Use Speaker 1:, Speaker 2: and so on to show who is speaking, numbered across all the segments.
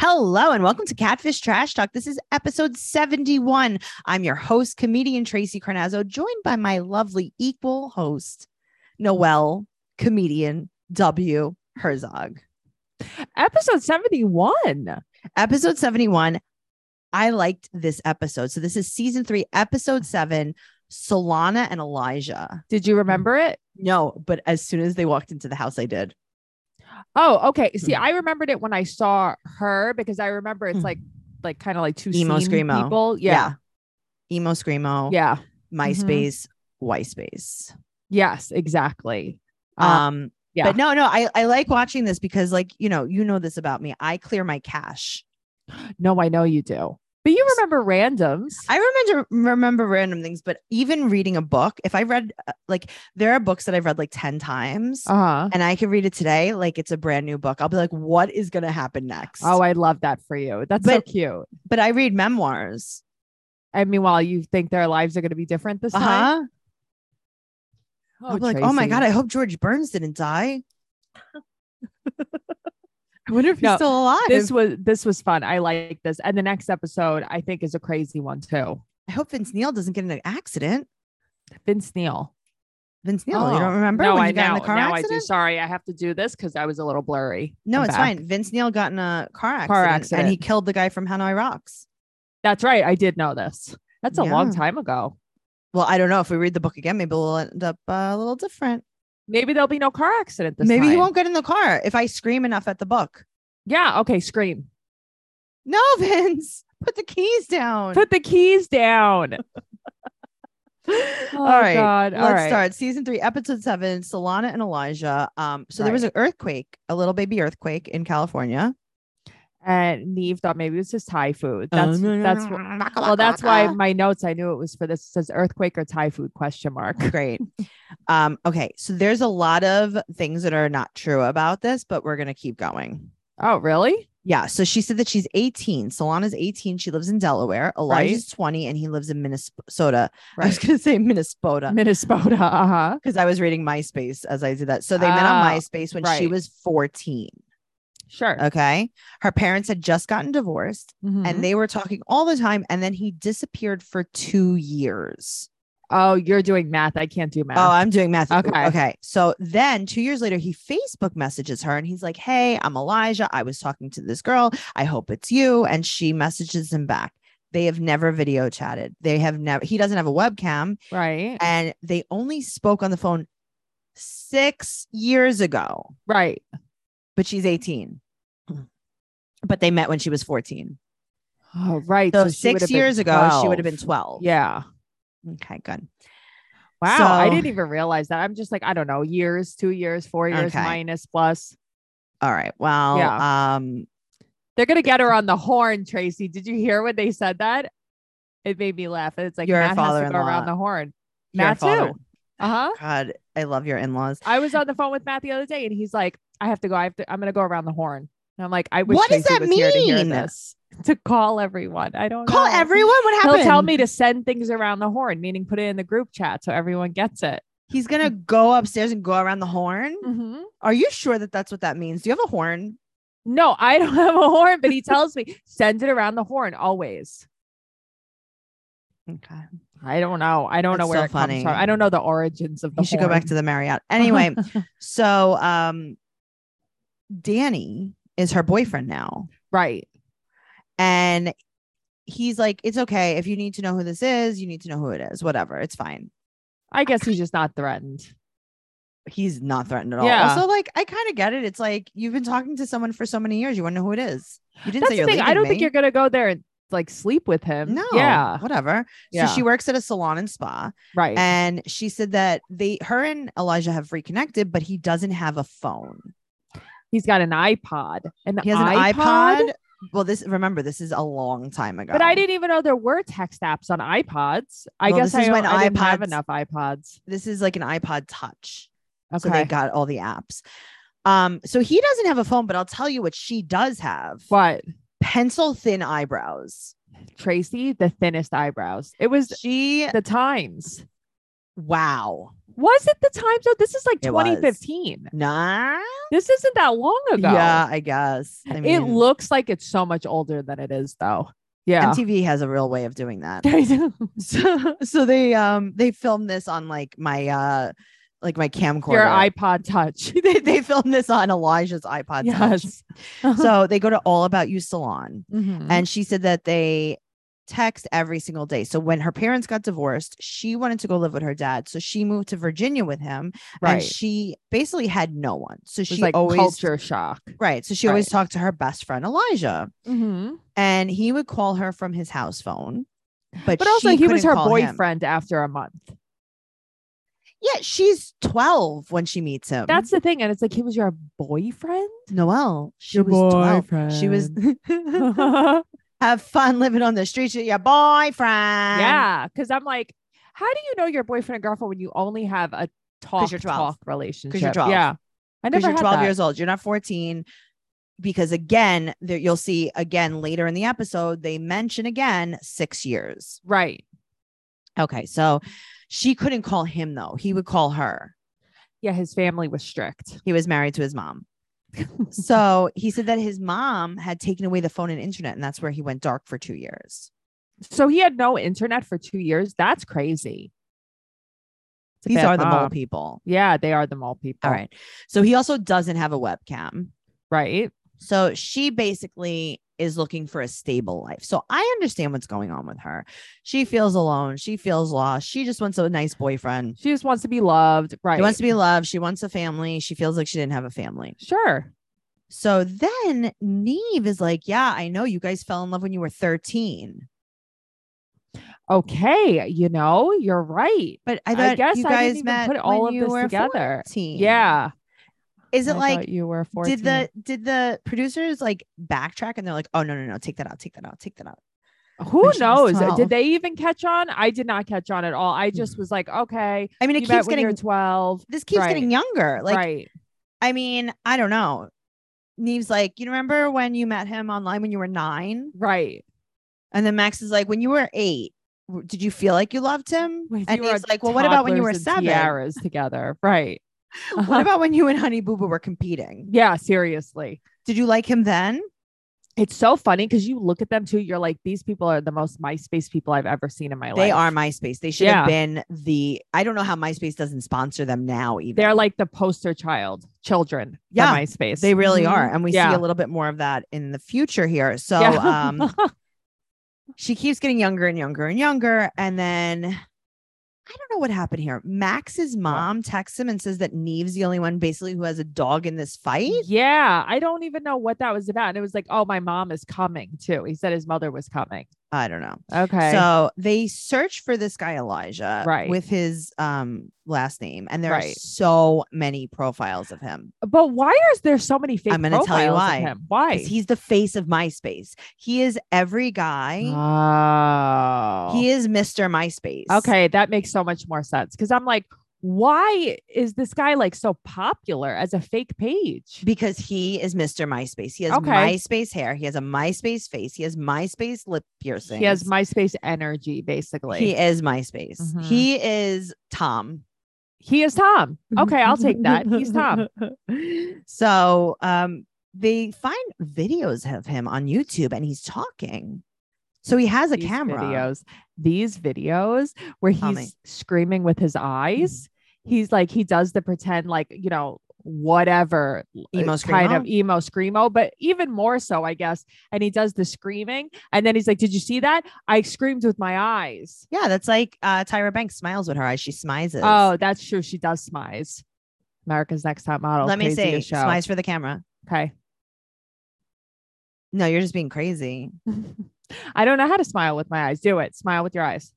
Speaker 1: Hello and welcome to Catfish Trash Talk. This is episode 71. I'm your host, comedian Tracy Carnazzo, joined by my lovely equal host, Noelle, comedian W. Herzog.
Speaker 2: Episode 71.
Speaker 1: Episode 71. I liked this episode. So this is season three, episode seven, Solana and Elijah.
Speaker 2: Did you remember
Speaker 1: Mm-hmm.
Speaker 2: it?
Speaker 1: No, but as soon as they walked into the house, I did.
Speaker 2: Oh, okay. See,
Speaker 1: Mm-hmm.
Speaker 2: I remembered it when I saw her because I remember it's like like kind of like two
Speaker 1: Mm-hmm. Emo
Speaker 2: scene
Speaker 1: screamo.
Speaker 2: people. Yeah.
Speaker 1: Emo Screamo,
Speaker 2: Yeah.
Speaker 1: Mm-hmm. MySpace, Yspace.
Speaker 2: Yes, exactly. Uh,
Speaker 1: Um,
Speaker 2: yeah.
Speaker 1: But no, no, I, I like watching this because, like, you know, you know this about me. I clear my cache.
Speaker 2: no, I know you do. But you remember randoms.
Speaker 1: Um, I remember remember random things, but even reading a book, if I read uh, like there are books that I've read like 10 times
Speaker 2: Uh-huh.
Speaker 1: and I could read it today, like it's a brand new book. I'll be like, what is gonna happen next?
Speaker 2: Oh, I love that for you. That's
Speaker 1: But-
Speaker 2: so cute.
Speaker 1: but I read memoirs.
Speaker 2: And meanwhile, you think their lives are going to be different this time.
Speaker 1: Uh-huh. I'll be like, oh my God, I hope George Burns didn't die. I wonder if he's
Speaker 2: No,
Speaker 1: still alive.
Speaker 2: this was this was fun. I like this. And the next episode, I think, is a crazy one too.
Speaker 1: I hope Vince Neil doesn't get in an accident.
Speaker 2: Vince Neal.
Speaker 1: Vince Neil, you don't
Speaker 2: Oh,
Speaker 1: remember
Speaker 2: No,
Speaker 1: when
Speaker 2: I
Speaker 1: you got
Speaker 2: now,
Speaker 1: in the car
Speaker 2: now
Speaker 1: accident?
Speaker 2: I do. Sorry, I have to do this because I was a little blurry.
Speaker 1: No,
Speaker 2: I'm
Speaker 1: it's
Speaker 2: back.
Speaker 1: fine. Vince Neil got in a car accident,
Speaker 2: Car
Speaker 1: and he
Speaker 2: accident.
Speaker 1: killed the guy from Hanoi Rocks.
Speaker 2: That's right. I did know this. That's a long
Speaker 1: Yeah.
Speaker 2: time ago.
Speaker 1: Well, I don't know if we read the book again, maybe we'll end up uh, a little different.
Speaker 2: Maybe there'll be no car accident this
Speaker 1: maybe
Speaker 2: time.
Speaker 1: he won't get in the car if I scream enough at the book.
Speaker 2: Yeah. Okay. Scream.
Speaker 1: No, Vince, put the keys down.
Speaker 2: Put the keys down. Oh,
Speaker 1: All right,
Speaker 2: God.
Speaker 1: Let's
Speaker 2: All right.
Speaker 1: start season three, episode seven, Solana and Elijah. Um, so there was an earthquake, a little baby earthquake in California.
Speaker 2: And Neve thought maybe it was just Thai food.
Speaker 1: Oh,
Speaker 2: That's that's wh- well. That's why my notes. I knew it was for this. It says earthquake or Thai food? Question mark.
Speaker 1: Great. Um, okay, so there's a lot of things that are not true about this, but we're gonna keep going.
Speaker 2: Oh, really?
Speaker 1: Yeah. So she said that she's 18. Solana's 18. She lives in Delaware. Elijah's 20 and he lives in Minnesota. I was
Speaker 2: Right.
Speaker 1: going to say Minnesota
Speaker 2: Minnesota. Uh huh.
Speaker 1: because I was reading MySpace as I did that. So they met on
Speaker 2: Ah,
Speaker 1: MySpace when she
Speaker 2: right.
Speaker 1: was 14.
Speaker 2: Sure.
Speaker 1: Okay. Her parents had just gotten divorced
Speaker 2: Mhm.
Speaker 1: Uh, and they were talking all the time. And then he disappeared for two years.
Speaker 2: oh, you're doing math. I can't do math.
Speaker 1: Oh, I'm doing math. Ooh,
Speaker 2: Okay.
Speaker 1: Okay. So then two years later, he Facebook messages her and he's like, Hey, I'm Elijah. I was talking to this girl. I hope it's you. And she messages him back. They have never video chatted. They have never, he doesn't have a webcam
Speaker 2: right.
Speaker 1: and they only spoke on the phone six years ago,
Speaker 2: Right.
Speaker 1: but she's 18.
Speaker 2: Hmm.
Speaker 1: But they met when she was 14.
Speaker 2: Oh, right.
Speaker 1: So,
Speaker 2: she
Speaker 1: six
Speaker 2: would've been
Speaker 1: years ago, she would have been
Speaker 2: 12.
Speaker 1: 12.
Speaker 2: Yeah.
Speaker 1: Okay. Good.
Speaker 2: Wow. I
Speaker 1: So-
Speaker 2: didn't even realize that. I'm just like, I don't know, years, two years, four years,
Speaker 1: Okay.
Speaker 2: minus, plus.
Speaker 1: All right. Well, um,
Speaker 2: They're going to get her on the horn, Tracy. Did you hear when they said that? It made me laugh. It's like,
Speaker 1: Your
Speaker 2: Matt has to go
Speaker 1: father-in-law.
Speaker 2: around the horn.
Speaker 1: your
Speaker 2: Matt,
Speaker 1: father-
Speaker 2: too. Uh huh.
Speaker 1: God, I love your in laws.
Speaker 2: I was on the phone with Matt the other day and he's like, I have to go. I have to, I'm going to go around the horn. And I'm like, I wish
Speaker 1: What does
Speaker 2: Tracy
Speaker 1: that
Speaker 2: was here to hear
Speaker 1: mean?
Speaker 2: this, to call everyone. I don't
Speaker 1: Call
Speaker 2: know.
Speaker 1: everyone. What happened?
Speaker 2: He'll tell me to send things around the horn, meaning put it in the group chat so everyone gets it.
Speaker 1: He's gonna go upstairs and go around the horn.
Speaker 2: Mm-hmm.
Speaker 1: Are you sure that that's what that means? Do you have a horn?
Speaker 2: No, I don't have a horn, but he tells me send it around the horn always.
Speaker 1: Okay.
Speaker 2: I don't know. I don't know
Speaker 1: That's
Speaker 2: where
Speaker 1: so
Speaker 2: it
Speaker 1: funny.
Speaker 2: comes from. I don't know the origins of the.
Speaker 1: You should go back
Speaker 2: horn.
Speaker 1: to the Marriott. Anyway, so um, Danny is her boyfriend now,
Speaker 2: right.
Speaker 1: and he's like, "It's okay if you need to know who this is. You need to know who it is. Whatever, it's fine."
Speaker 2: I guess he's just not threatened.
Speaker 1: He's not threatened at all.
Speaker 2: Yeah.
Speaker 1: Also, like, I kind of get it. It's like you've been talking to someone for so many years. You want to know who it is. You didn't
Speaker 2: That's
Speaker 1: say
Speaker 2: the
Speaker 1: you're
Speaker 2: thing. I
Speaker 1: leaving
Speaker 2: don't think
Speaker 1: me.
Speaker 2: you're gonna go there and like sleep with him.
Speaker 1: No.
Speaker 2: Yeah.
Speaker 1: Whatever.
Speaker 2: Yeah.
Speaker 1: So she works at a salon and spa.
Speaker 2: right.
Speaker 1: and she said that they her and elijah have reconnected but he doesn't have a phone
Speaker 2: he's got an iPod. An
Speaker 1: he has an
Speaker 2: iPod.
Speaker 1: ipod, well this remember this is a long time ago
Speaker 2: But I didn't even know there were text apps on iPods. I
Speaker 1: Well,
Speaker 2: guess
Speaker 1: this
Speaker 2: I,
Speaker 1: is when
Speaker 2: don't- I didn't have
Speaker 1: iPods-
Speaker 2: enough iPods.
Speaker 1: this is like an ipod touch
Speaker 2: Okay.
Speaker 1: so they got all the apps um so he doesn't have a phone but i'll tell you what she does have
Speaker 2: but
Speaker 1: pencil thin eyebrows
Speaker 2: Tracy, the thinnest eyebrows. It was
Speaker 1: she
Speaker 2: the times.
Speaker 1: wow
Speaker 2: Was it the time zone? This is like
Speaker 1: It was.
Speaker 2: 2015.
Speaker 1: Nah.
Speaker 2: This isn't that long ago.
Speaker 1: Yeah, I guess. I mean,
Speaker 2: it looks like it's so much older than it is, though. Yeah.
Speaker 1: MTV has a real way of doing that.
Speaker 2: They do.
Speaker 1: so so they um they filmed this on like my uh like my camcorder.
Speaker 2: Your iPod Touch.
Speaker 1: they, they filmed this on Elijah's iPod.
Speaker 2: Yes. Uh-huh.
Speaker 1: Touch. so they go to All About You Salon,
Speaker 2: Mhm.
Speaker 1: Mm-hmm. and she said that they text every single day. So when her parents got divorced, she wanted to go live with her dad, so she moved to Virginia with him,
Speaker 2: right.
Speaker 1: and she basically had no one. So
Speaker 2: It was
Speaker 1: she
Speaker 2: like
Speaker 1: always
Speaker 2: culture shock.
Speaker 1: right. So she always talked to her best friend Elijah, Mm-hmm.
Speaker 2: Mhm.
Speaker 1: and he would call her from his house phone. But,
Speaker 2: But also,
Speaker 1: she
Speaker 2: he was
Speaker 1: couldn't
Speaker 2: her
Speaker 1: call him. Um,
Speaker 2: boyfriend after a month.
Speaker 1: Yeah, she's 12 when she meets him.
Speaker 2: That's the thing. And it's like, he was your boyfriend?
Speaker 1: Noelle. She
Speaker 2: Your
Speaker 1: was 12. She was have fun living on the streets with your boyfriend.
Speaker 2: yeah. Cause I'm like, how do you know your boyfriend and girlfriend when you only have a talk,
Speaker 1: you're 12.
Speaker 2: talk relationship?
Speaker 1: 12.
Speaker 2: Yeah. I
Speaker 1: Because
Speaker 2: never
Speaker 1: you're
Speaker 2: had
Speaker 1: 12
Speaker 2: that.
Speaker 1: years old. You're not 14. Because again, there you'll see again later in the episode, they mention again six years.
Speaker 2: Right.
Speaker 1: Okay. So she couldn't call him though. He would call her.
Speaker 2: Yeah. His family was strict.
Speaker 1: He was married to his mom. so he said that his mom had taken away the phone and internet, and that's where he went dark for two years.
Speaker 2: So he had no internet for two years. That's crazy. It's a
Speaker 1: These
Speaker 2: bad
Speaker 1: are the mole
Speaker 2: mom. Oh.
Speaker 1: people.
Speaker 2: Yeah, they are the mall people.
Speaker 1: All right. So he also doesn't have a webcam.
Speaker 2: Right.
Speaker 1: So she basically is looking for a stable life. So I understand what's going on with her. She feels alone. She feels lost. She just wants a nice boyfriend.
Speaker 2: She just wants to be loved. Right.
Speaker 1: She wants to be loved. She wants a family. She feels like she didn't have a family.
Speaker 2: sure.
Speaker 1: So then Neve is like, Yeah, I know you guys fell in love when you were 13.
Speaker 2: Okay. You know, you're right.
Speaker 1: But
Speaker 2: I
Speaker 1: I thought
Speaker 2: guess
Speaker 1: you
Speaker 2: I didn't
Speaker 1: guys
Speaker 2: even
Speaker 1: met
Speaker 2: put all
Speaker 1: when
Speaker 2: of
Speaker 1: you
Speaker 2: this
Speaker 1: were
Speaker 2: together.
Speaker 1: 14.
Speaker 2: Yeah.
Speaker 1: Is it
Speaker 2: I
Speaker 1: like
Speaker 2: thought you were 14.
Speaker 1: did the did the producers like backtrack and they're like, oh no, no, no, take that out, take that out, take that out.
Speaker 2: Who
Speaker 1: when she was
Speaker 2: knows?
Speaker 1: 12?
Speaker 2: Did they even catch on? I did not catch on at all. I just was like, okay,
Speaker 1: I mean, Mm. it
Speaker 2: you met
Speaker 1: keeps
Speaker 2: when
Speaker 1: getting
Speaker 2: you were 12.
Speaker 1: this keeps
Speaker 2: Right.
Speaker 1: getting younger. Like,
Speaker 2: right.
Speaker 1: I mean, I don't know. Neve's like, you remember when you met him online when you were nine?
Speaker 2: Right.
Speaker 1: And then Max is like, when you were eight, w- did you feel like you loved him?
Speaker 2: When
Speaker 1: and
Speaker 2: you were
Speaker 1: Neve's like, well, what about when you were
Speaker 2: toddlers and
Speaker 1: seven?
Speaker 2: Tiaras together. Right.
Speaker 1: What about when you and Honey Boo Boo were competing?
Speaker 2: yeah, seriously.
Speaker 1: Did you like him then?
Speaker 2: It's so funny because you look at them too. You're like, these people are the most MySpace people I've ever seen in my life.
Speaker 1: They are MySpace. They should have
Speaker 2: Yeah.
Speaker 1: been the. I don't know how MySpace doesn't sponsor them now. Even
Speaker 2: They're like the poster child children.
Speaker 1: Yeah,
Speaker 2: Yeah, MySpace.
Speaker 1: they really
Speaker 2: Mhm.
Speaker 1: are, and we see
Speaker 2: Yeah.
Speaker 1: a little bit more of that in the future here. So,
Speaker 2: Yeah.
Speaker 1: um, she keeps getting younger and younger and younger. And then I don't know what happened here. Max's mom texts him and says that Neve's the only one basically who has a dog in this fight.
Speaker 2: yeah, I don't even know what that was about. And it was like, oh, my mom is coming too. He said his mother was coming.
Speaker 1: I don't know.
Speaker 2: Okay.
Speaker 1: So they search for this guy Elijah
Speaker 2: Right.
Speaker 1: with his um last name. And there are
Speaker 2: Right.
Speaker 1: so many profiles of him.
Speaker 2: but why are there so many fake
Speaker 1: I'm gonna tell you
Speaker 2: profiles of
Speaker 1: why.
Speaker 2: him? Why?
Speaker 1: 'Cause He's the face of MySpace. He is every guy.
Speaker 2: oh.
Speaker 1: He is Mr. MySpace.
Speaker 2: Okay, that makes so much more sense because I'm like, why is this guy like so popular as a fake page?
Speaker 1: Because he is Mr. MySpace. He has
Speaker 2: Okay.
Speaker 1: MySpace hair. He has a MySpace face. He has MySpace lip piercing.
Speaker 2: He has MySpace energy, basically.
Speaker 1: He
Speaker 2: He,
Speaker 1: is MySpace.
Speaker 2: Mhm.
Speaker 1: He is Tom.
Speaker 2: is Tom. Okay, I'll take that. He's Tom.
Speaker 1: So um, they find videos of him on YouTube and he's talking. So he has a
Speaker 2: These
Speaker 1: camera.
Speaker 2: videos, these videos where he's
Speaker 1: Tell me.
Speaker 2: screaming with
Speaker 1: Mm-hmm.
Speaker 2: his eyes. He's like he does the pretend like you know whatever
Speaker 1: Emo
Speaker 2: uh, kind of
Speaker 1: screamo?
Speaker 2: emo screamo, but even more so, I guess. And he does the screaming, and then he's like, "Did you see that? I screamed with my eyes."
Speaker 1: Yeah, that's like uh, Tyra Banks smiles with her eyes. She smizes.
Speaker 2: Oh, that's true. She does smize. America's Next Top Model.
Speaker 1: let me see.
Speaker 2: craziest show.
Speaker 1: Smize for the camera.
Speaker 2: Okay.
Speaker 1: No, you're just being crazy.
Speaker 2: I don't know how to smile with my eyes. Do it. Smile with your eyes.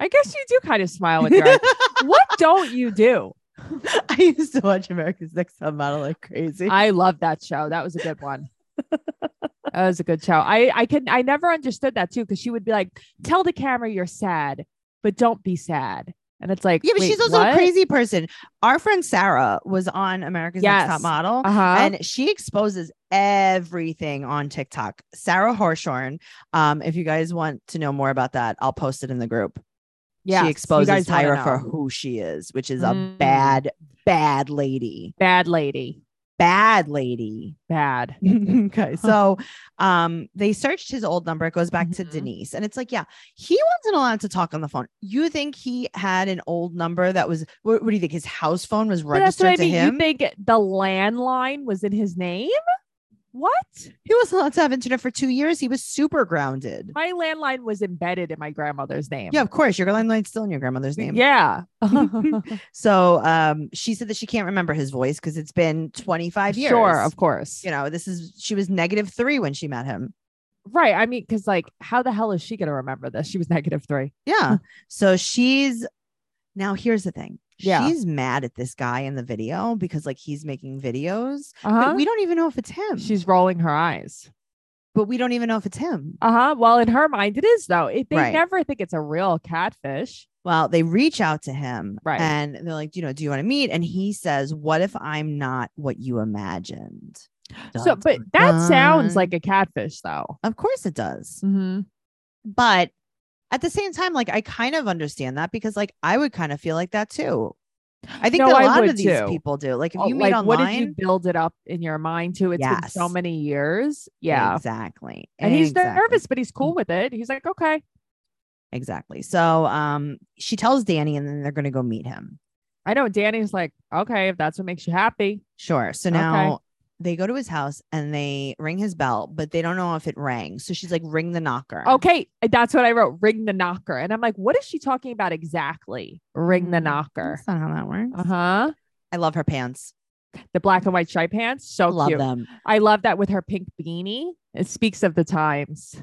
Speaker 2: I guess you do kind of smile with your eyes. What don't you do?
Speaker 1: I used to watch America's Next Top Model like crazy.
Speaker 2: I love that show. That was a good one. That was a good show. I I could I never understood that too because she would be like, "Tell the camera you're sad, but don't be sad." And it's like,
Speaker 1: yeah, but
Speaker 2: wait,
Speaker 1: she's also a
Speaker 2: what?
Speaker 1: crazy person. Our friend Sarah was on America's Next Top
Speaker 2: Yes.
Speaker 1: Model.
Speaker 2: Uh-huh.
Speaker 1: and she exposes everything on TikTok. Sarah Horshorn. Um, if you guys want to know more about that, I'll post it in the group.
Speaker 2: Yes,
Speaker 1: she
Speaker 2: you
Speaker 1: exposes
Speaker 2: guys wanna
Speaker 1: Tyra for
Speaker 2: know.
Speaker 1: who she is, which is a
Speaker 2: Mm.
Speaker 1: bad, bad lady.
Speaker 2: bad lady.
Speaker 1: Bad lady.
Speaker 2: Bad.
Speaker 1: okay. So um they searched his old number. It goes back to
Speaker 2: Mhm.
Speaker 1: Denise. And it's like, yeah, he wasn't allowed to talk on the phone. You think he had an old number that was what, what do you think? His house phone was
Speaker 2: But that's
Speaker 1: registered
Speaker 2: what I
Speaker 1: to
Speaker 2: mean.
Speaker 1: him?
Speaker 2: You think the landline was in his name? What?
Speaker 1: he wasn't allowed to have internet for two years. He was super grounded.
Speaker 2: My landline was embedded in my grandmother's name.
Speaker 1: Yeah, of course. Your landline's still in your grandmother's name.
Speaker 2: Yeah.
Speaker 1: So um she said that she can't remember his voice because it's been 25 years.
Speaker 2: Sure, of course.
Speaker 1: you know, this is she was negative three when she met him.
Speaker 2: Right. I mean, because like, how the hell is she gonna remember this? She was negative three.
Speaker 1: Yeah. so she's now here's the thing.
Speaker 2: Yeah.
Speaker 1: She's mad at this guy in the video because like he's making videos.
Speaker 2: Uh
Speaker 1: But we don't even know if it's him.
Speaker 2: She's rolling her eyes.
Speaker 1: but we don't even know if it's him.
Speaker 2: Uh huh. Well, in her mind, it is though. It, they
Speaker 1: Right.
Speaker 2: never think it's a real catfish.
Speaker 1: Well, they reach out to him
Speaker 2: Right.
Speaker 1: and they're like, you know, do you want to meet? And he says, What if I'm not what you imagined?
Speaker 2: so,
Speaker 1: Dun,
Speaker 2: but
Speaker 1: dun,
Speaker 2: that sounds
Speaker 1: dun.
Speaker 2: like a catfish though.
Speaker 1: of course it does.
Speaker 2: Mm-hmm.
Speaker 1: But at the same time, like I kind of understand that because like I would kind of feel like that too. I think
Speaker 2: No,
Speaker 1: that a
Speaker 2: I
Speaker 1: lot
Speaker 2: would,
Speaker 1: of these
Speaker 2: too.
Speaker 1: people do. Like if
Speaker 2: Oh,
Speaker 1: you meet
Speaker 2: like,
Speaker 1: online,
Speaker 2: what did you build it up in your mind to? It's been so
Speaker 1: Yes.
Speaker 2: many years. Yeah.
Speaker 1: exactly.
Speaker 2: And he's
Speaker 1: exactly.
Speaker 2: nervous, but he's cool with it. He's like, okay.
Speaker 1: Exactly. So um, she tells Danny, and then they're going to go meet him.
Speaker 2: I know Danny's like, okay, if that's what makes you happy.
Speaker 1: Sure. So
Speaker 2: Okay.
Speaker 1: now they go to his house and they ring his bell, but they don't know if it rang. So she's like, "Ring the knocker."
Speaker 2: Okay. That's what I wrote. Ring the knocker. And I'm like, what is she talking about exactly? Ring the
Speaker 1: Mm,
Speaker 2: knocker.
Speaker 1: That's not how that works.
Speaker 2: Uh huh.
Speaker 1: I love her pants.
Speaker 2: The black and white stripe pants. So
Speaker 1: love
Speaker 2: cute.
Speaker 1: them.
Speaker 2: I love that with her pink beanie. It speaks of the times.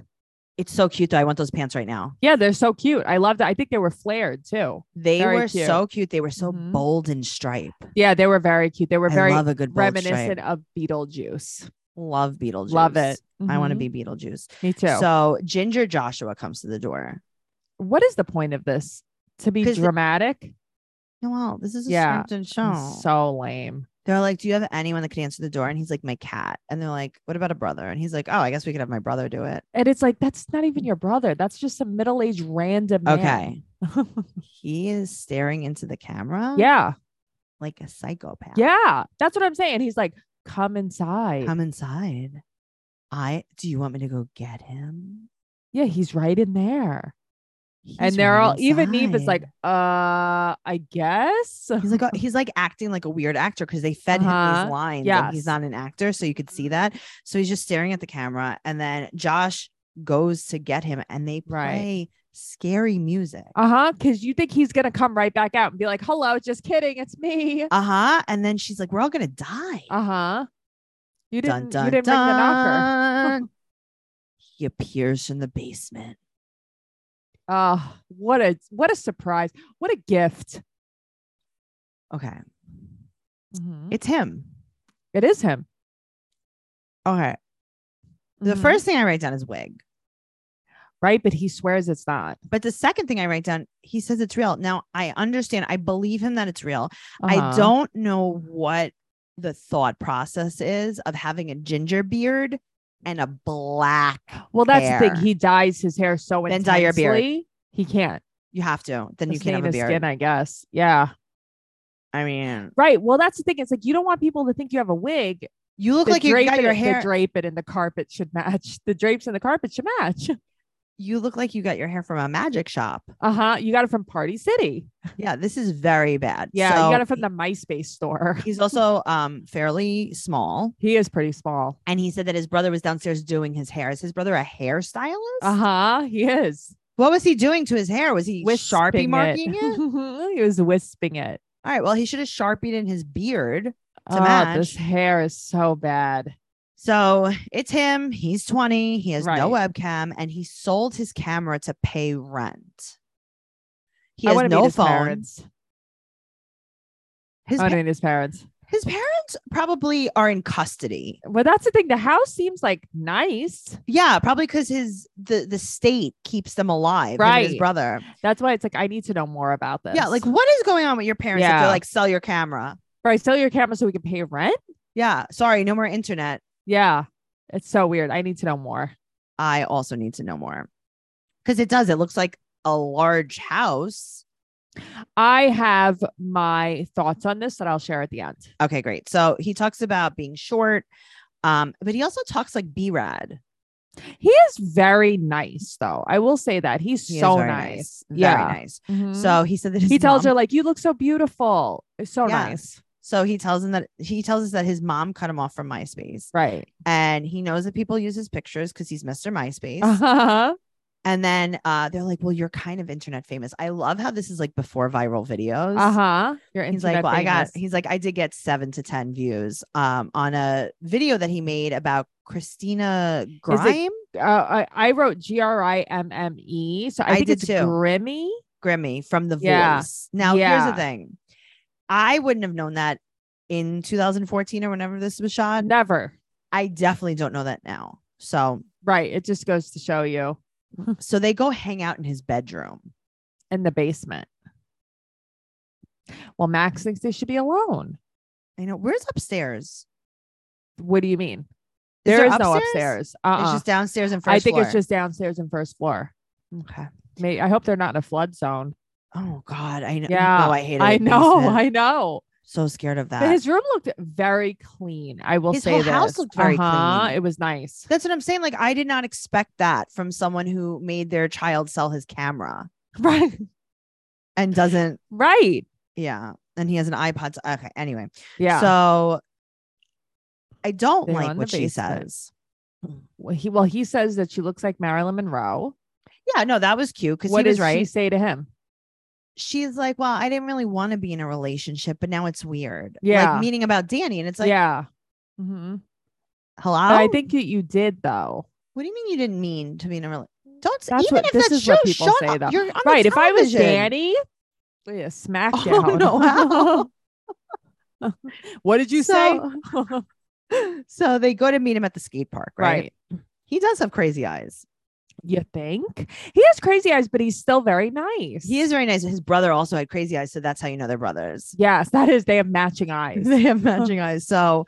Speaker 1: It's so cute though. I want those pants right now.
Speaker 2: Yeah, they're so cute. I love that. I think they were flared too.
Speaker 1: They
Speaker 2: Very
Speaker 1: were
Speaker 2: cute.
Speaker 1: so cute. They were so
Speaker 2: Mhm.
Speaker 1: bold and stripe.
Speaker 2: Yeah, they were very cute. They were very
Speaker 1: I love a good bold
Speaker 2: reminiscent
Speaker 1: Stripe.
Speaker 2: of Beetlejuice.
Speaker 1: Love Beetlejuice.
Speaker 2: Love it.
Speaker 1: I want to
Speaker 2: Mhm.
Speaker 1: be Beetlejuice.
Speaker 2: Me too.
Speaker 1: So Ginger Joshua comes to the door.
Speaker 2: what is the point of this? To be
Speaker 1: 'Cause the-
Speaker 2: dramatic?
Speaker 1: Noel, this is a
Speaker 2: Yeah.
Speaker 1: scripted show.
Speaker 2: It's So lame.
Speaker 1: they're like, Do you have anyone that could answer the door? And he's like, My cat. And they're like, What about a brother? And he's like, Oh, I guess we could have my brother do it.
Speaker 2: And it's like, that's not even your brother. That's just some middle aged random man.
Speaker 1: Okay. he is staring into the camera
Speaker 2: yeah.
Speaker 1: like a psychopath.
Speaker 2: Yeah. That's what I'm saying. He's like, come inside.
Speaker 1: Come inside. I do you want me to go get him?
Speaker 2: yeah, he's right in there.
Speaker 1: He's
Speaker 2: and they're
Speaker 1: right
Speaker 2: all, even Neve is
Speaker 1: inside.
Speaker 2: like, uh, I guess.
Speaker 1: He's like a- he's like acting like a weird actor because they fed him
Speaker 2: Uh-huh.
Speaker 1: these lines. and
Speaker 2: Yes.
Speaker 1: he's not an actor, so you could see that. So he's just staring at the camera, and then Josh goes to get him, and they play
Speaker 2: Right.
Speaker 1: scary music.
Speaker 2: Uh huh. Cause you think he's going to come right back out and be like, hello, just kidding. It's me.
Speaker 1: Uh huh. And then she's like, "We're all gonna die."
Speaker 2: Uh huh. You
Speaker 1: dun
Speaker 2: didn't,
Speaker 1: dun
Speaker 2: you didn't bring the knocker.
Speaker 1: dun. he appears in the basement.
Speaker 2: Oh, what a, what a surprise. What a gift.
Speaker 1: Okay,
Speaker 2: Mm-hmm. Mhm.
Speaker 1: it's him.
Speaker 2: it is him.
Speaker 1: Okay. The
Speaker 2: Mhm.
Speaker 1: first thing I write down is wig,
Speaker 2: right? But he swears it's not.
Speaker 1: but the second thing I write down, he says it's real. Now I understand. I believe him that it's real. I
Speaker 2: Uh-huh.
Speaker 1: don't know what the thought process is of having a ginger beard and a black.
Speaker 2: Well, that's the thing.
Speaker 1: care.
Speaker 2: He dyes his hair so
Speaker 1: Then
Speaker 2: intensely.
Speaker 1: dye your beard.
Speaker 2: He can't.
Speaker 1: You have to, then you
Speaker 2: Just
Speaker 1: can't have
Speaker 2: stain
Speaker 1: a
Speaker 2: his
Speaker 1: beard.
Speaker 2: skin, I guess. Yeah.
Speaker 1: I mean,
Speaker 2: Right. Well, that's the thing. It's like you don't want people to think you have a wig.
Speaker 1: you look
Speaker 2: The
Speaker 1: like you
Speaker 2: drape
Speaker 1: got
Speaker 2: it-
Speaker 1: your hair.
Speaker 2: The drape it and the carpet should match. The drapes and the carpet should match.
Speaker 1: you look like you got your hair from a magic shop.
Speaker 2: Uh huh. You got it from Party City.
Speaker 1: Yeah, this is very bad.
Speaker 2: Yeah.
Speaker 1: So
Speaker 2: you got it from the MySpace store.
Speaker 1: He's also um fairly small,
Speaker 2: He is pretty small.
Speaker 1: and he said that his brother was downstairs doing his hair. Is his brother a hairstylist?
Speaker 2: Uh huh. He is.
Speaker 1: What was he doing to his hair? Was he
Speaker 2: Wisping
Speaker 1: sharpie
Speaker 2: it.
Speaker 1: marking it?
Speaker 2: he was wisping it.
Speaker 1: All right. Well, he should have sharpied in his beard.
Speaker 2: oh,
Speaker 1: match.
Speaker 2: this hair is so bad.
Speaker 1: So it's him. He's 20. He has no
Speaker 2: Right.
Speaker 1: webcam and he sold his camera to pay rent. He
Speaker 2: I
Speaker 1: has
Speaker 2: want to
Speaker 1: no
Speaker 2: meet his
Speaker 1: phone.
Speaker 2: parents.
Speaker 1: His,
Speaker 2: I want
Speaker 1: pa-
Speaker 2: to meet his parents.
Speaker 1: his parents probably are in custody.
Speaker 2: Well, that's the thing. The house seems like nice.
Speaker 1: Yeah, probably because his the the state keeps them alive. him and his
Speaker 2: Right.
Speaker 1: brother.
Speaker 2: That's why it's like I need to know more about this.
Speaker 1: Yeah, like what is going on with your parents if
Speaker 2: Yeah.
Speaker 1: they're like sell your camera?
Speaker 2: right, sell your camera so we can pay rent.
Speaker 1: Yeah, sorry, no more internet.
Speaker 2: Yeah, it's so weird. I need to know more.
Speaker 1: I also need to know more because it does. It looks like a large house.
Speaker 2: I have my thoughts on this that I'll share at the end.
Speaker 1: Okay, great. So he talks about being short, um, but he also talks like B Rad.
Speaker 2: He is very nice, though. I will say that he's
Speaker 1: He is
Speaker 2: so
Speaker 1: very
Speaker 2: nice.
Speaker 1: Very
Speaker 2: Yeah.
Speaker 1: nice.
Speaker 2: Mhm.
Speaker 1: So he said that his
Speaker 2: he tells
Speaker 1: mom-
Speaker 2: her like, "You look so beautiful." It's so
Speaker 1: Yeah.
Speaker 2: nice,
Speaker 1: So he tells him that he tells us that his mom cut him off from MySpace,
Speaker 2: right?
Speaker 1: and he knows that people use his pictures because he's Mr. MySpace.
Speaker 2: Uh-huh.
Speaker 1: And then uh, they're like, "Well, you're kind of internet famous." I love how this is like before viral videos.
Speaker 2: Uh huh. You're
Speaker 1: He's like,
Speaker 2: internet
Speaker 1: "Well, I got."
Speaker 2: famous.
Speaker 1: He's like, "I did get seven to ten views um, on a video that he made about Christina Grime,
Speaker 2: Uh, I, I wrote G R I M M E, so I,
Speaker 1: I
Speaker 2: think
Speaker 1: did
Speaker 2: it's
Speaker 1: too.
Speaker 2: Grimmy.
Speaker 1: Grimmy from The
Speaker 2: Yeah.
Speaker 1: Voice." Now, here's
Speaker 2: Yeah.
Speaker 1: the thing: I wouldn't have known that in 2014 or whenever this was shot.
Speaker 2: Never.
Speaker 1: I definitely don't know that now. So,
Speaker 2: Right. It just goes to show you Hmm.
Speaker 1: so they go hang out in his bedroom.
Speaker 2: in the basement. Well, Max thinks they should be alone.
Speaker 1: I know where's upstairs.
Speaker 2: What do you mean?
Speaker 1: Is
Speaker 2: there is
Speaker 1: upstairs?
Speaker 2: no upstairs. Uh-uh.
Speaker 1: It's just downstairs and first.
Speaker 2: I think
Speaker 1: floor.
Speaker 2: it's just downstairs and first floor.
Speaker 1: okay.
Speaker 2: May I hope they're not in a flood zone.
Speaker 1: Oh God, I know.
Speaker 2: Yeah,
Speaker 1: oh, I hate it.
Speaker 2: I
Speaker 1: in
Speaker 2: know,
Speaker 1: basement.
Speaker 2: I know.
Speaker 1: so scared of
Speaker 2: But
Speaker 1: that.
Speaker 2: his room looked very clean. I will
Speaker 1: His
Speaker 2: say
Speaker 1: whole
Speaker 2: this. Uh-huh.
Speaker 1: house looked very clean.
Speaker 2: It was nice.
Speaker 1: That's what I'm saying. Like, I did not expect that from someone who made their child sell his camera
Speaker 2: Right.
Speaker 1: and doesn't.
Speaker 2: Right.
Speaker 1: Yeah, and he has an iPod. so- Okay. Anyway,
Speaker 2: Yeah.
Speaker 1: So I don't
Speaker 2: They're
Speaker 1: like
Speaker 2: on
Speaker 1: what
Speaker 2: the
Speaker 1: she
Speaker 2: basement.
Speaker 1: says.
Speaker 2: Well, he well he says that she looks like Marilyn Monroe.
Speaker 1: Yeah, no, that was cute because he
Speaker 2: What
Speaker 1: was
Speaker 2: does she
Speaker 1: right.
Speaker 2: say to him?
Speaker 1: She's like, well, I didn't really want to be in a relationship, but now it's weird.
Speaker 2: Yeah.
Speaker 1: like meaning about Danny, and it's like, Oh.
Speaker 2: yeah. hmm
Speaker 1: hello.
Speaker 2: I think that you did though.
Speaker 1: What do you mean you didn't mean to be in a relationship? Don't say
Speaker 2: That's
Speaker 1: even
Speaker 2: what-
Speaker 1: if
Speaker 2: this
Speaker 1: that's
Speaker 2: is what
Speaker 1: true.
Speaker 2: people
Speaker 1: shut
Speaker 2: say,
Speaker 1: up.
Speaker 2: though.
Speaker 1: You're on
Speaker 2: right.
Speaker 1: the
Speaker 2: If I was
Speaker 1: television.
Speaker 2: Danny, yeah, smack
Speaker 1: Oh,
Speaker 2: down.
Speaker 1: no, wow.
Speaker 2: what did you say?
Speaker 1: so they go to meet him at the skate park, right?
Speaker 2: right.
Speaker 1: He does have crazy eyes.
Speaker 2: You think he has crazy eyes, but he's still very nice.
Speaker 1: He is very nice. His brother also had crazy eyes, so that's how you know they're brothers.
Speaker 2: Yes, that is. They have matching eyes.
Speaker 1: They have matching eyes. So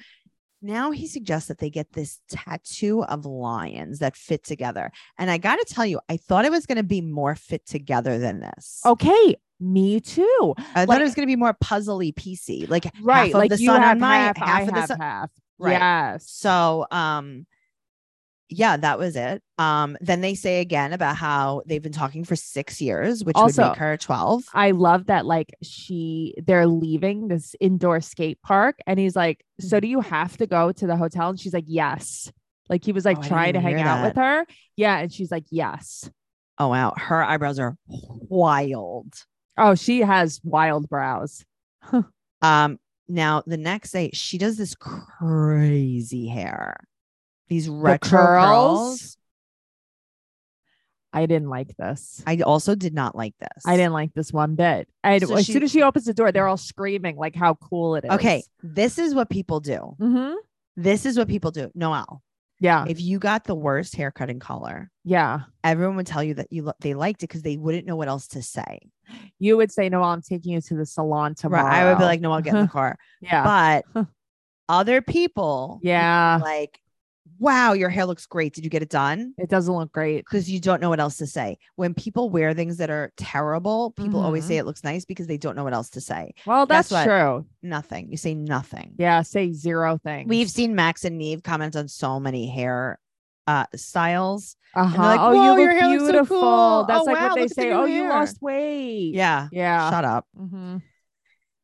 Speaker 1: now he suggests that they get this tattoo of lions that fit together. And I got to tell you, I thought it was going to be more fit together than this.
Speaker 2: Okay, me too.
Speaker 1: I thought
Speaker 2: Oh, like-
Speaker 1: it was going to be more puzzly piecey, like
Speaker 2: Right,
Speaker 1: half of
Speaker 2: like
Speaker 1: the
Speaker 2: you
Speaker 1: sun
Speaker 2: have
Speaker 1: on my
Speaker 2: half, I
Speaker 1: of the
Speaker 2: have
Speaker 1: sun.
Speaker 2: half.
Speaker 1: Right.
Speaker 2: Yes.
Speaker 1: So, um, yeah, that was it. Um, then they say again about how they've been talking for six years, which
Speaker 2: Also-
Speaker 1: would make her twelve.
Speaker 2: I love that like she they're leaving this indoor skate park and he's like, So do you
Speaker 1: Mm-hmm.
Speaker 2: have to go to the hotel? And she's like, Yes. Like he was like
Speaker 1: Oh, I didn't
Speaker 2: trying to
Speaker 1: even
Speaker 2: hang
Speaker 1: hear
Speaker 2: out with her. Yeah. And she's like, Yes.
Speaker 1: Oh wow, her eyebrows are wild.
Speaker 2: Oh, she has wild brows.
Speaker 1: Um, now the next day she does this crazy hair, these retro
Speaker 2: curls?
Speaker 1: curls.
Speaker 2: I didn't like this.
Speaker 1: I also did not like this.
Speaker 2: I didn't like this one bit. And
Speaker 1: So
Speaker 2: as
Speaker 1: she-
Speaker 2: soon as she opens the door, they're all screaming like how cool it is.
Speaker 1: Okay, this is what people do.
Speaker 2: Mm-hmm.
Speaker 1: This is what people do. Noel,
Speaker 2: Yeah.
Speaker 1: if you got the worst haircut and color,
Speaker 2: Yeah.
Speaker 1: everyone would tell you that you lo- they liked it because they wouldn't know what else to say.
Speaker 2: You would say, No, I'm taking you to the salon tomorrow.
Speaker 1: Right? I would be like, no, I'll get in the car.
Speaker 2: Yeah.
Speaker 1: But other people,
Speaker 2: yeah.
Speaker 1: like, wow, your hair looks great. Did you get it done?
Speaker 2: It doesn't look great.
Speaker 1: Because you don't know what else to say. When people wear things that are terrible, people always
Speaker 2: Mhm.
Speaker 1: say it looks nice because they don't know what else to say.
Speaker 2: Well,
Speaker 1: Guess
Speaker 2: that's
Speaker 1: what?
Speaker 2: true.
Speaker 1: Nothing. You say nothing.
Speaker 2: Yeah, say zero things.
Speaker 1: We've seen Max and Neve comment on so many hair uh, styles.
Speaker 2: uh-huh.
Speaker 1: like, "Whoa,
Speaker 2: oh, you
Speaker 1: your
Speaker 2: look
Speaker 1: hair looks so
Speaker 2: beautiful.
Speaker 1: cool.
Speaker 2: That's
Speaker 1: Oh,
Speaker 2: like
Speaker 1: wow,
Speaker 2: what they
Speaker 1: look at the
Speaker 2: say.
Speaker 1: new
Speaker 2: Oh, you
Speaker 1: hair."
Speaker 2: lost weight.
Speaker 1: Yeah.
Speaker 2: yeah.
Speaker 1: Shut up.
Speaker 2: hmm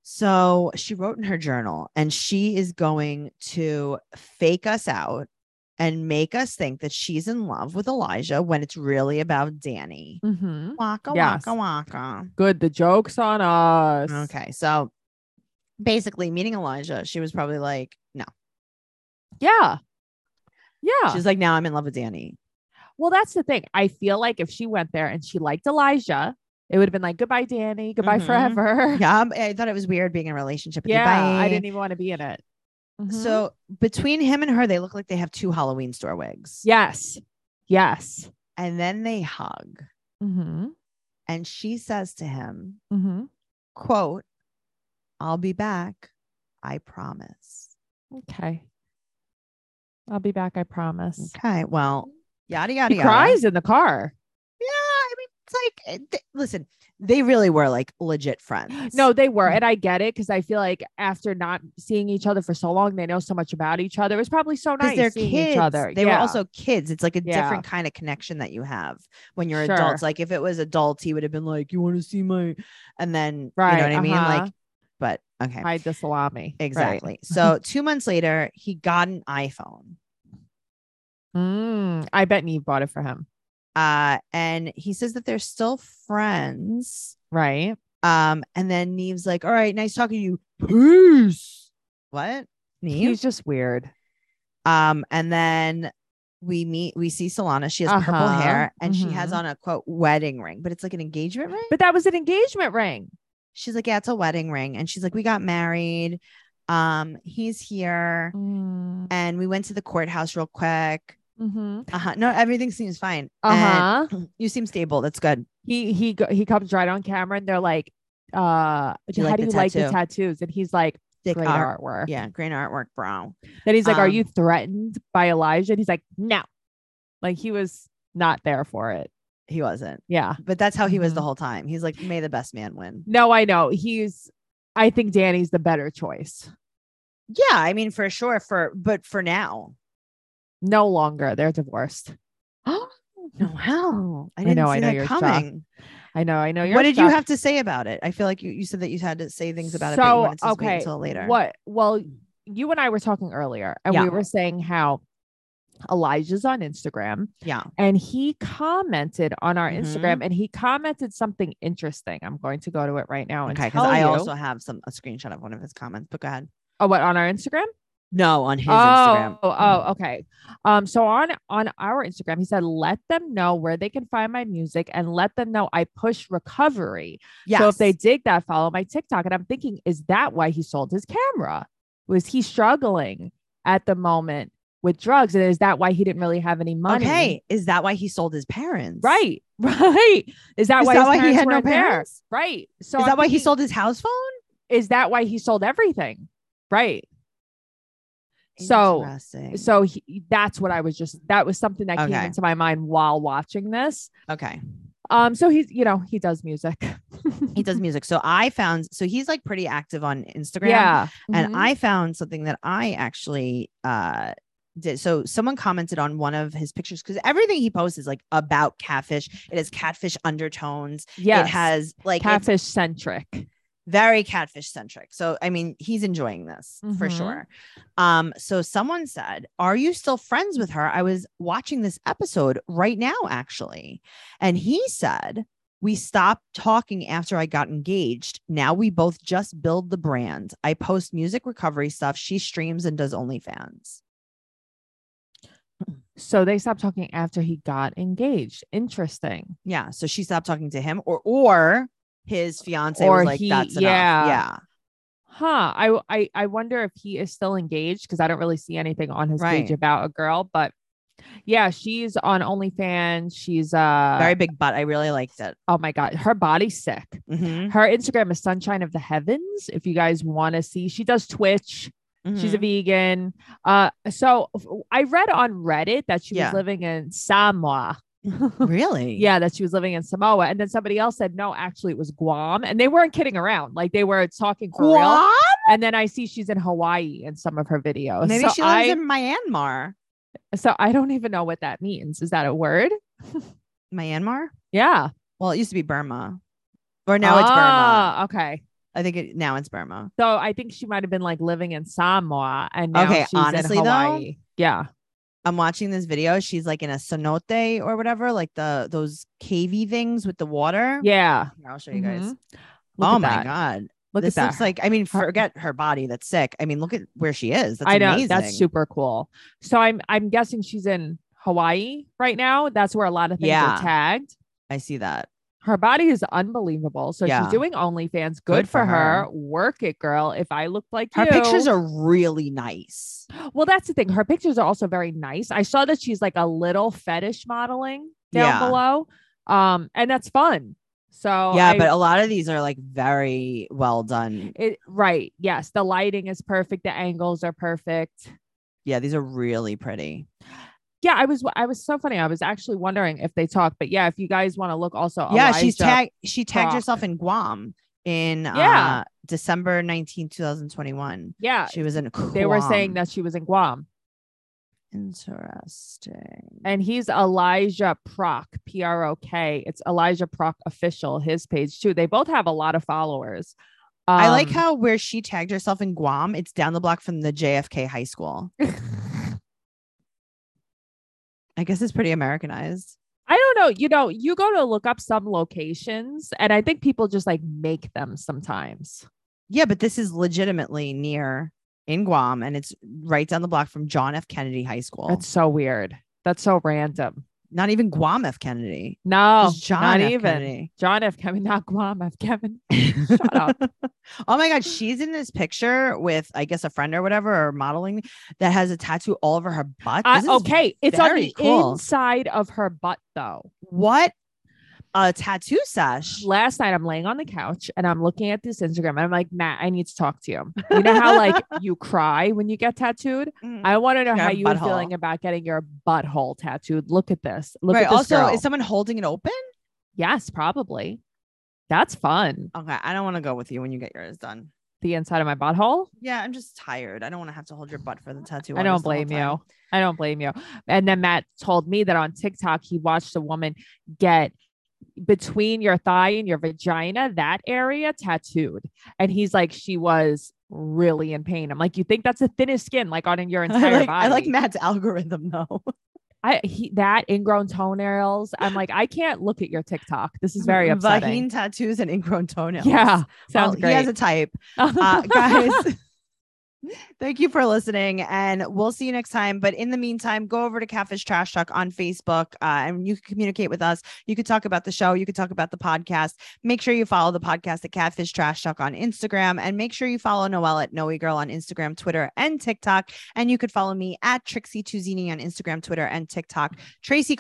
Speaker 1: So she wrote in her journal, and she is going to fake us out and make us think that she's in love with Elijah when it's really about Danny.
Speaker 2: hmm
Speaker 1: Waka,
Speaker 2: Yes.
Speaker 1: waka, waka.
Speaker 2: Good. The joke's on us.
Speaker 1: Okay. So basically, meeting Elijah, she was probably like, no.
Speaker 2: Yeah. Yeah.
Speaker 1: She's like, now I'm in love with Danny.
Speaker 2: well, that's the thing. I feel like if she went there and she liked Elijah, it would have been like, goodbye, Danny. Goodbye
Speaker 1: Mhm.
Speaker 2: forever.
Speaker 1: Yeah. I'm- I thought it was weird being in a relationship with you.
Speaker 2: Yeah,
Speaker 1: Bye.
Speaker 2: I didn't even want to be in it. Mhm.
Speaker 1: So between him and her, they look like they have two Halloween store wigs.
Speaker 2: yes. Yes.
Speaker 1: And then they hug.
Speaker 2: Mm-hmm.
Speaker 1: And she says to him,
Speaker 2: Mm-hmm.
Speaker 1: quote, I'll be back. I promise.
Speaker 2: Okay. I'll be back. I promise.
Speaker 1: Okay. Well, yada, yada,
Speaker 2: He
Speaker 1: yada.
Speaker 2: cries in the car.
Speaker 1: Yeah. I mean, it's like, eh, th- listen, they really were like legit friends.
Speaker 2: No, they were. And I get it because I feel like after not seeing each other for so long, they know so much about each other. It was probably so
Speaker 1: because
Speaker 2: nice
Speaker 1: they're
Speaker 2: seeing
Speaker 1: kids.
Speaker 2: each other.
Speaker 1: They were
Speaker 2: Yeah.
Speaker 1: also kids. It's like a
Speaker 2: Yeah.
Speaker 1: different kind of connection that you have when you're
Speaker 2: Sure.
Speaker 1: adults. Like if it was adults, he would have been like, "You want to see my," and then
Speaker 2: Right,
Speaker 1: you know what I mean. Like,
Speaker 2: uh-huh.
Speaker 1: but okay,
Speaker 2: hide the salami. Right.
Speaker 1: exactly. So two months later, he got an iPhone.
Speaker 2: Mm, I bet Neve bought it for him.
Speaker 1: Uh, and he says that they're still friends.
Speaker 2: Right.
Speaker 1: Um, and then Neve's like, "All right, nice talking to you. Peace." What? Neve.
Speaker 2: He's just weird.
Speaker 1: Um, and then we meet, we see Solana. She has purple
Speaker 2: Uh-huh.
Speaker 1: hair and she has
Speaker 2: Mhm.
Speaker 1: on a quote wedding ring, but it's like an engagement ring.
Speaker 2: But that was an engagement ring.
Speaker 1: She's like, Yeah, it's a wedding ring. And she's like, We got married. Um, he's here.
Speaker 2: Mm-hmm.
Speaker 1: And we went to the courthouse real quick. Uh-huh. No, everything seems fine.
Speaker 2: Uh
Speaker 1: And
Speaker 2: huh.
Speaker 1: you seem stable. That's good.
Speaker 2: He he go- he comes right on camera, and they're like, "Uh,
Speaker 1: you
Speaker 2: how
Speaker 1: like
Speaker 2: do you
Speaker 1: the
Speaker 2: like the
Speaker 1: tattoo?
Speaker 2: tattoos?" And he's like,
Speaker 1: Dick
Speaker 2: "Great
Speaker 1: art.
Speaker 2: artwork."
Speaker 1: Yeah, great artwork, bro.
Speaker 2: Then he's like, "Are you
Speaker 1: Um,
Speaker 2: threatened by Elijah?" And he's like, "No." Like he was not there for it.
Speaker 1: He wasn't.
Speaker 2: Yeah.
Speaker 1: But that's how he was the
Speaker 2: Mhm.
Speaker 1: whole time. He's like, May the best man win.
Speaker 2: No, I know. He's. I think Danny's the better choice.
Speaker 1: Yeah, I mean, for sure. For but for now.
Speaker 2: No longer. They're divorced.
Speaker 1: No, wow. I
Speaker 2: I
Speaker 1: didn't
Speaker 2: know,
Speaker 1: see
Speaker 2: I know,
Speaker 1: that
Speaker 2: you're shocked.
Speaker 1: coming.
Speaker 2: I know. I know. You're
Speaker 1: what did you
Speaker 2: shocked.
Speaker 1: have to say about it? I feel like you, you said that you had to say things about it, but you wanted to just wait until later.
Speaker 2: What? Well, you and I were talking earlier, and
Speaker 1: Mm. Yeah.
Speaker 2: we were saying how Elijah's on Instagram,
Speaker 1: Yeah.
Speaker 2: and he commented on our
Speaker 1: Mhm.
Speaker 2: Instagram, and he commented something interesting. I'm going to go to it right now and
Speaker 1: Okay, because
Speaker 2: tell
Speaker 1: I
Speaker 2: you.
Speaker 1: also have some a screenshot of one of his comments, but go ahead.
Speaker 2: oh, what on our Instagram?
Speaker 1: No, on his
Speaker 2: oh,
Speaker 1: Instagram. Mm-hmm.
Speaker 2: Oh, oh, okay. Um, so on on our Instagram, he said, "Let them know where they can find my music, and let them know I push recovery."
Speaker 1: Yes.
Speaker 2: So if they dig that, follow my TikTok. And I'm thinking, is that why he sold his camera? Was he struggling at the moment with drugs? And is that why he didn't really have any money?
Speaker 1: okay, is that why he sold his parents?
Speaker 2: Right. Right. Is that
Speaker 1: Is
Speaker 2: why,
Speaker 1: that
Speaker 2: his
Speaker 1: why he
Speaker 2: parents
Speaker 1: had no
Speaker 2: weren't there?
Speaker 1: parents?
Speaker 2: Right. So
Speaker 1: is
Speaker 2: I'm
Speaker 1: that why he
Speaker 2: thinking,
Speaker 1: sold his house phone?
Speaker 2: is that why he sold everything? Right. So-
Speaker 1: Interesting.
Speaker 2: So he, that's what I was just that was something that came
Speaker 1: Okay.
Speaker 2: into my mind while watching this.
Speaker 1: okay,
Speaker 2: Um so he's you know, he does music.
Speaker 1: he does music. So I found so he's like pretty active on Instagram.
Speaker 2: yeah.
Speaker 1: and
Speaker 2: Mhm.
Speaker 1: i found something that i actually uh did so someone commented on one of his pictures because everything he posts is like about catfish it has catfish undertones
Speaker 2: yes.
Speaker 1: it has like it's
Speaker 2: catfish centric.
Speaker 1: very catfish centric so i mean he's enjoying this for
Speaker 2: Mhm.
Speaker 1: sure um so someone said are you still friends with her i was watching this episode right now actually and he said we stopped talking after I got engaged. Now we both just build the brand. I post music recovery stuff. She streams and does OnlyFans.
Speaker 2: So they stopped talking after he got engaged. Interesting.
Speaker 1: Yeah. So she stopped talking to him or or his fiance
Speaker 2: Or
Speaker 1: was like,
Speaker 2: he-
Speaker 1: that's
Speaker 2: yeah.
Speaker 1: enough.
Speaker 2: Huh. I I, I wonder if he is still engaged because I don't really see anything on his
Speaker 1: Right.
Speaker 2: page about a girl, but yeah, she's on OnlyFans. She's
Speaker 1: Yeah.
Speaker 2: uh
Speaker 1: Very big butt. I really liked it.
Speaker 2: oh my god, her body's sick.
Speaker 1: Mhm,
Speaker 2: Her Instagram is Sunshine of the Heavens. If you guys want to see, she does Twitch. She's a
Speaker 1: mhm.
Speaker 2: vegan. Uh so f- I read on Reddit that she
Speaker 1: Yeah.
Speaker 2: was living in Samoa.
Speaker 1: mm-hmm. really?
Speaker 2: Yeah, that she was living in Samoa. And then somebody else said, no, actually, it was Guam. And they weren't kidding around. Like they were talking for real.
Speaker 1: What?
Speaker 2: And then I see she's in Hawaii in some of her videos.
Speaker 1: Maybe
Speaker 2: so
Speaker 1: she lives
Speaker 2: I,
Speaker 1: in Myanmar.
Speaker 2: So I don't even know what that means. Is that a word?
Speaker 1: Myanmar?
Speaker 2: Yeah.
Speaker 1: Well, it used to be Burma. Or now it's Burma.
Speaker 2: Ah, Okay.
Speaker 1: I think it now it's Burma.
Speaker 2: So I think she might have been like living in Samoa and now
Speaker 1: Okay,
Speaker 2: she's
Speaker 1: honestly, though-
Speaker 2: in Hawaii. Yeah.
Speaker 1: I'm watching this video. She's like in a cenote or whatever, like the those cavey things with the water.
Speaker 2: Yeah.
Speaker 1: Here, I'll show you guys.
Speaker 2: Mhm. Look
Speaker 1: Oh
Speaker 2: at
Speaker 1: my
Speaker 2: that.
Speaker 1: god.
Speaker 2: Look
Speaker 1: this
Speaker 2: at that.
Speaker 1: looks like I mean,
Speaker 2: Her-
Speaker 1: forget her body that's sick. I mean, look at where she is. That's
Speaker 2: I know
Speaker 1: amazing.
Speaker 2: that's super cool. So I'm I'm guessing she's in Hawaii right now. That's where a lot of things
Speaker 1: Yeah.
Speaker 2: are tagged.
Speaker 1: I see that.
Speaker 2: her body is unbelievable. So
Speaker 1: Yeah.
Speaker 2: she's doing OnlyFans. Good,
Speaker 1: Good
Speaker 2: for
Speaker 1: for
Speaker 2: her. Work it, girl. If I looked like
Speaker 1: Her
Speaker 2: you,
Speaker 1: pictures are really nice.
Speaker 2: well. That's the thing. Her pictures are also very nice. I saw that she's like a little fetish modeling down
Speaker 1: Yeah.
Speaker 2: below, um, and that's fun. So
Speaker 1: yeah,
Speaker 2: I-
Speaker 1: but a lot of these are like very well done.
Speaker 2: it, right, yes, the lighting is perfect. The angles are perfect.
Speaker 1: Yeah, these are really pretty.
Speaker 2: Yeah, I was I was so funny. I was actually wondering if they talk, but yeah, if you guys want to look also,
Speaker 1: yeah, she's
Speaker 2: Elijah-
Speaker 1: tagged. She tagged
Speaker 2: Brock.
Speaker 1: herself in Guam in
Speaker 2: Yeah.
Speaker 1: uh, December 19, 2021.
Speaker 2: Yeah,
Speaker 1: She was in. Guam.
Speaker 2: they were saying that she was in Guam,
Speaker 1: Interesting.
Speaker 2: and he's Elijah Proc, P R O K. It's Elijah Proc official, his page too. They both have a lot of followers.
Speaker 1: I like
Speaker 2: Um,
Speaker 1: how where she tagged herself in Guam, it's down the block from the JFK High School.
Speaker 2: Um,
Speaker 1: I guess it's pretty Americanized.
Speaker 2: I don't know. You know, you go to look up some locations, and I think people just like make them sometimes.
Speaker 1: Yeah, but this is legitimately near in Guam, and it's right down the block from John F. Kennedy High School.
Speaker 2: That's so weird. That's so random.
Speaker 1: not even Guam F. Kennedy.
Speaker 2: No,
Speaker 1: Just John
Speaker 2: Oh, not
Speaker 1: F.
Speaker 2: even
Speaker 1: Kennedy.
Speaker 2: John F. Kevin, not Guam F. Kevin. Shut up.
Speaker 1: Oh my God, she's in this picture with, I guess, a friend or whatever, or modeling that has a tattoo all over her butt.
Speaker 2: I-
Speaker 1: This is-
Speaker 2: okay, it's on
Speaker 1: very
Speaker 2: the
Speaker 1: cool.
Speaker 2: inside of her butt, though.
Speaker 1: What a tattoo sesh.
Speaker 2: Last night, I'm laying on the couch and I'm looking at this Instagram, and I'm like, Matt, I need to talk to you. You know how like you cry when you get tattooed.
Speaker 1: Mm.
Speaker 2: I want to know
Speaker 1: Your
Speaker 2: how you were
Speaker 1: butthole.
Speaker 2: feeling about getting your butthole tattooed. Look at this. Look
Speaker 1: right.
Speaker 2: at this
Speaker 1: Also,
Speaker 2: girl.
Speaker 1: is someone holding it open?
Speaker 2: Yes, probably. That's fun.
Speaker 1: Okay, I don't want to go with you when you get yours done.
Speaker 2: The inside of my butthole.
Speaker 1: Yeah, I'm just tired. I don't want to have to hold your butt for the tattoo.
Speaker 2: I don't blame you. I don't blame you. And then Matt told me that on TikTok, he watched a woman get between your thigh and your vagina, that area tattooed. And he's like, she was really in pain. I'm like, you think that's the thinnest skin, like on your entire
Speaker 1: I like,
Speaker 2: body?
Speaker 1: I like Matt's algorithm though.
Speaker 2: I- he, that ingrown toenails. I'm like, I can't look at your TikTok. This is very upsetting.
Speaker 1: Vagine tattoos and ingrown toenails.
Speaker 2: Yeah,
Speaker 1: Well,
Speaker 2: sounds
Speaker 1: He
Speaker 2: great.
Speaker 1: has a type. Uh, guys, thank you for listening, and we'll see you next time. But in the meantime, go over to Catfish Trash Talk on Facebook, uh, and you can communicate with us. You could talk about the show. You could talk about the podcast. Make sure you follow the podcast at Catfish Trash Talk on Instagram, and make sure you follow Noelle at Noe Girl on Instagram, Twitter, and TikTok. And you could follow me at Trixie Tuzini on Instagram, Twitter, and TikTok.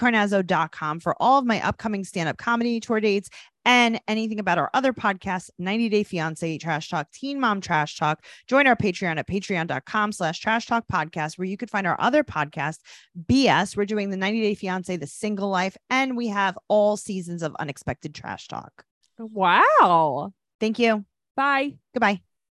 Speaker 1: TracyCarnazzo.com for all of my upcoming stand-up comedy tour dates and anything about our other podcasts 90 day fiance trash talk teen mom trash talk join our patreon at patreon.com slash trash talk podcast where you could find our other podcast bs we're doing the 90 day fiance the single life and we have all seasons of unexpected trash talk
Speaker 2: wow.
Speaker 1: thank you
Speaker 2: Bye.
Speaker 1: goodbye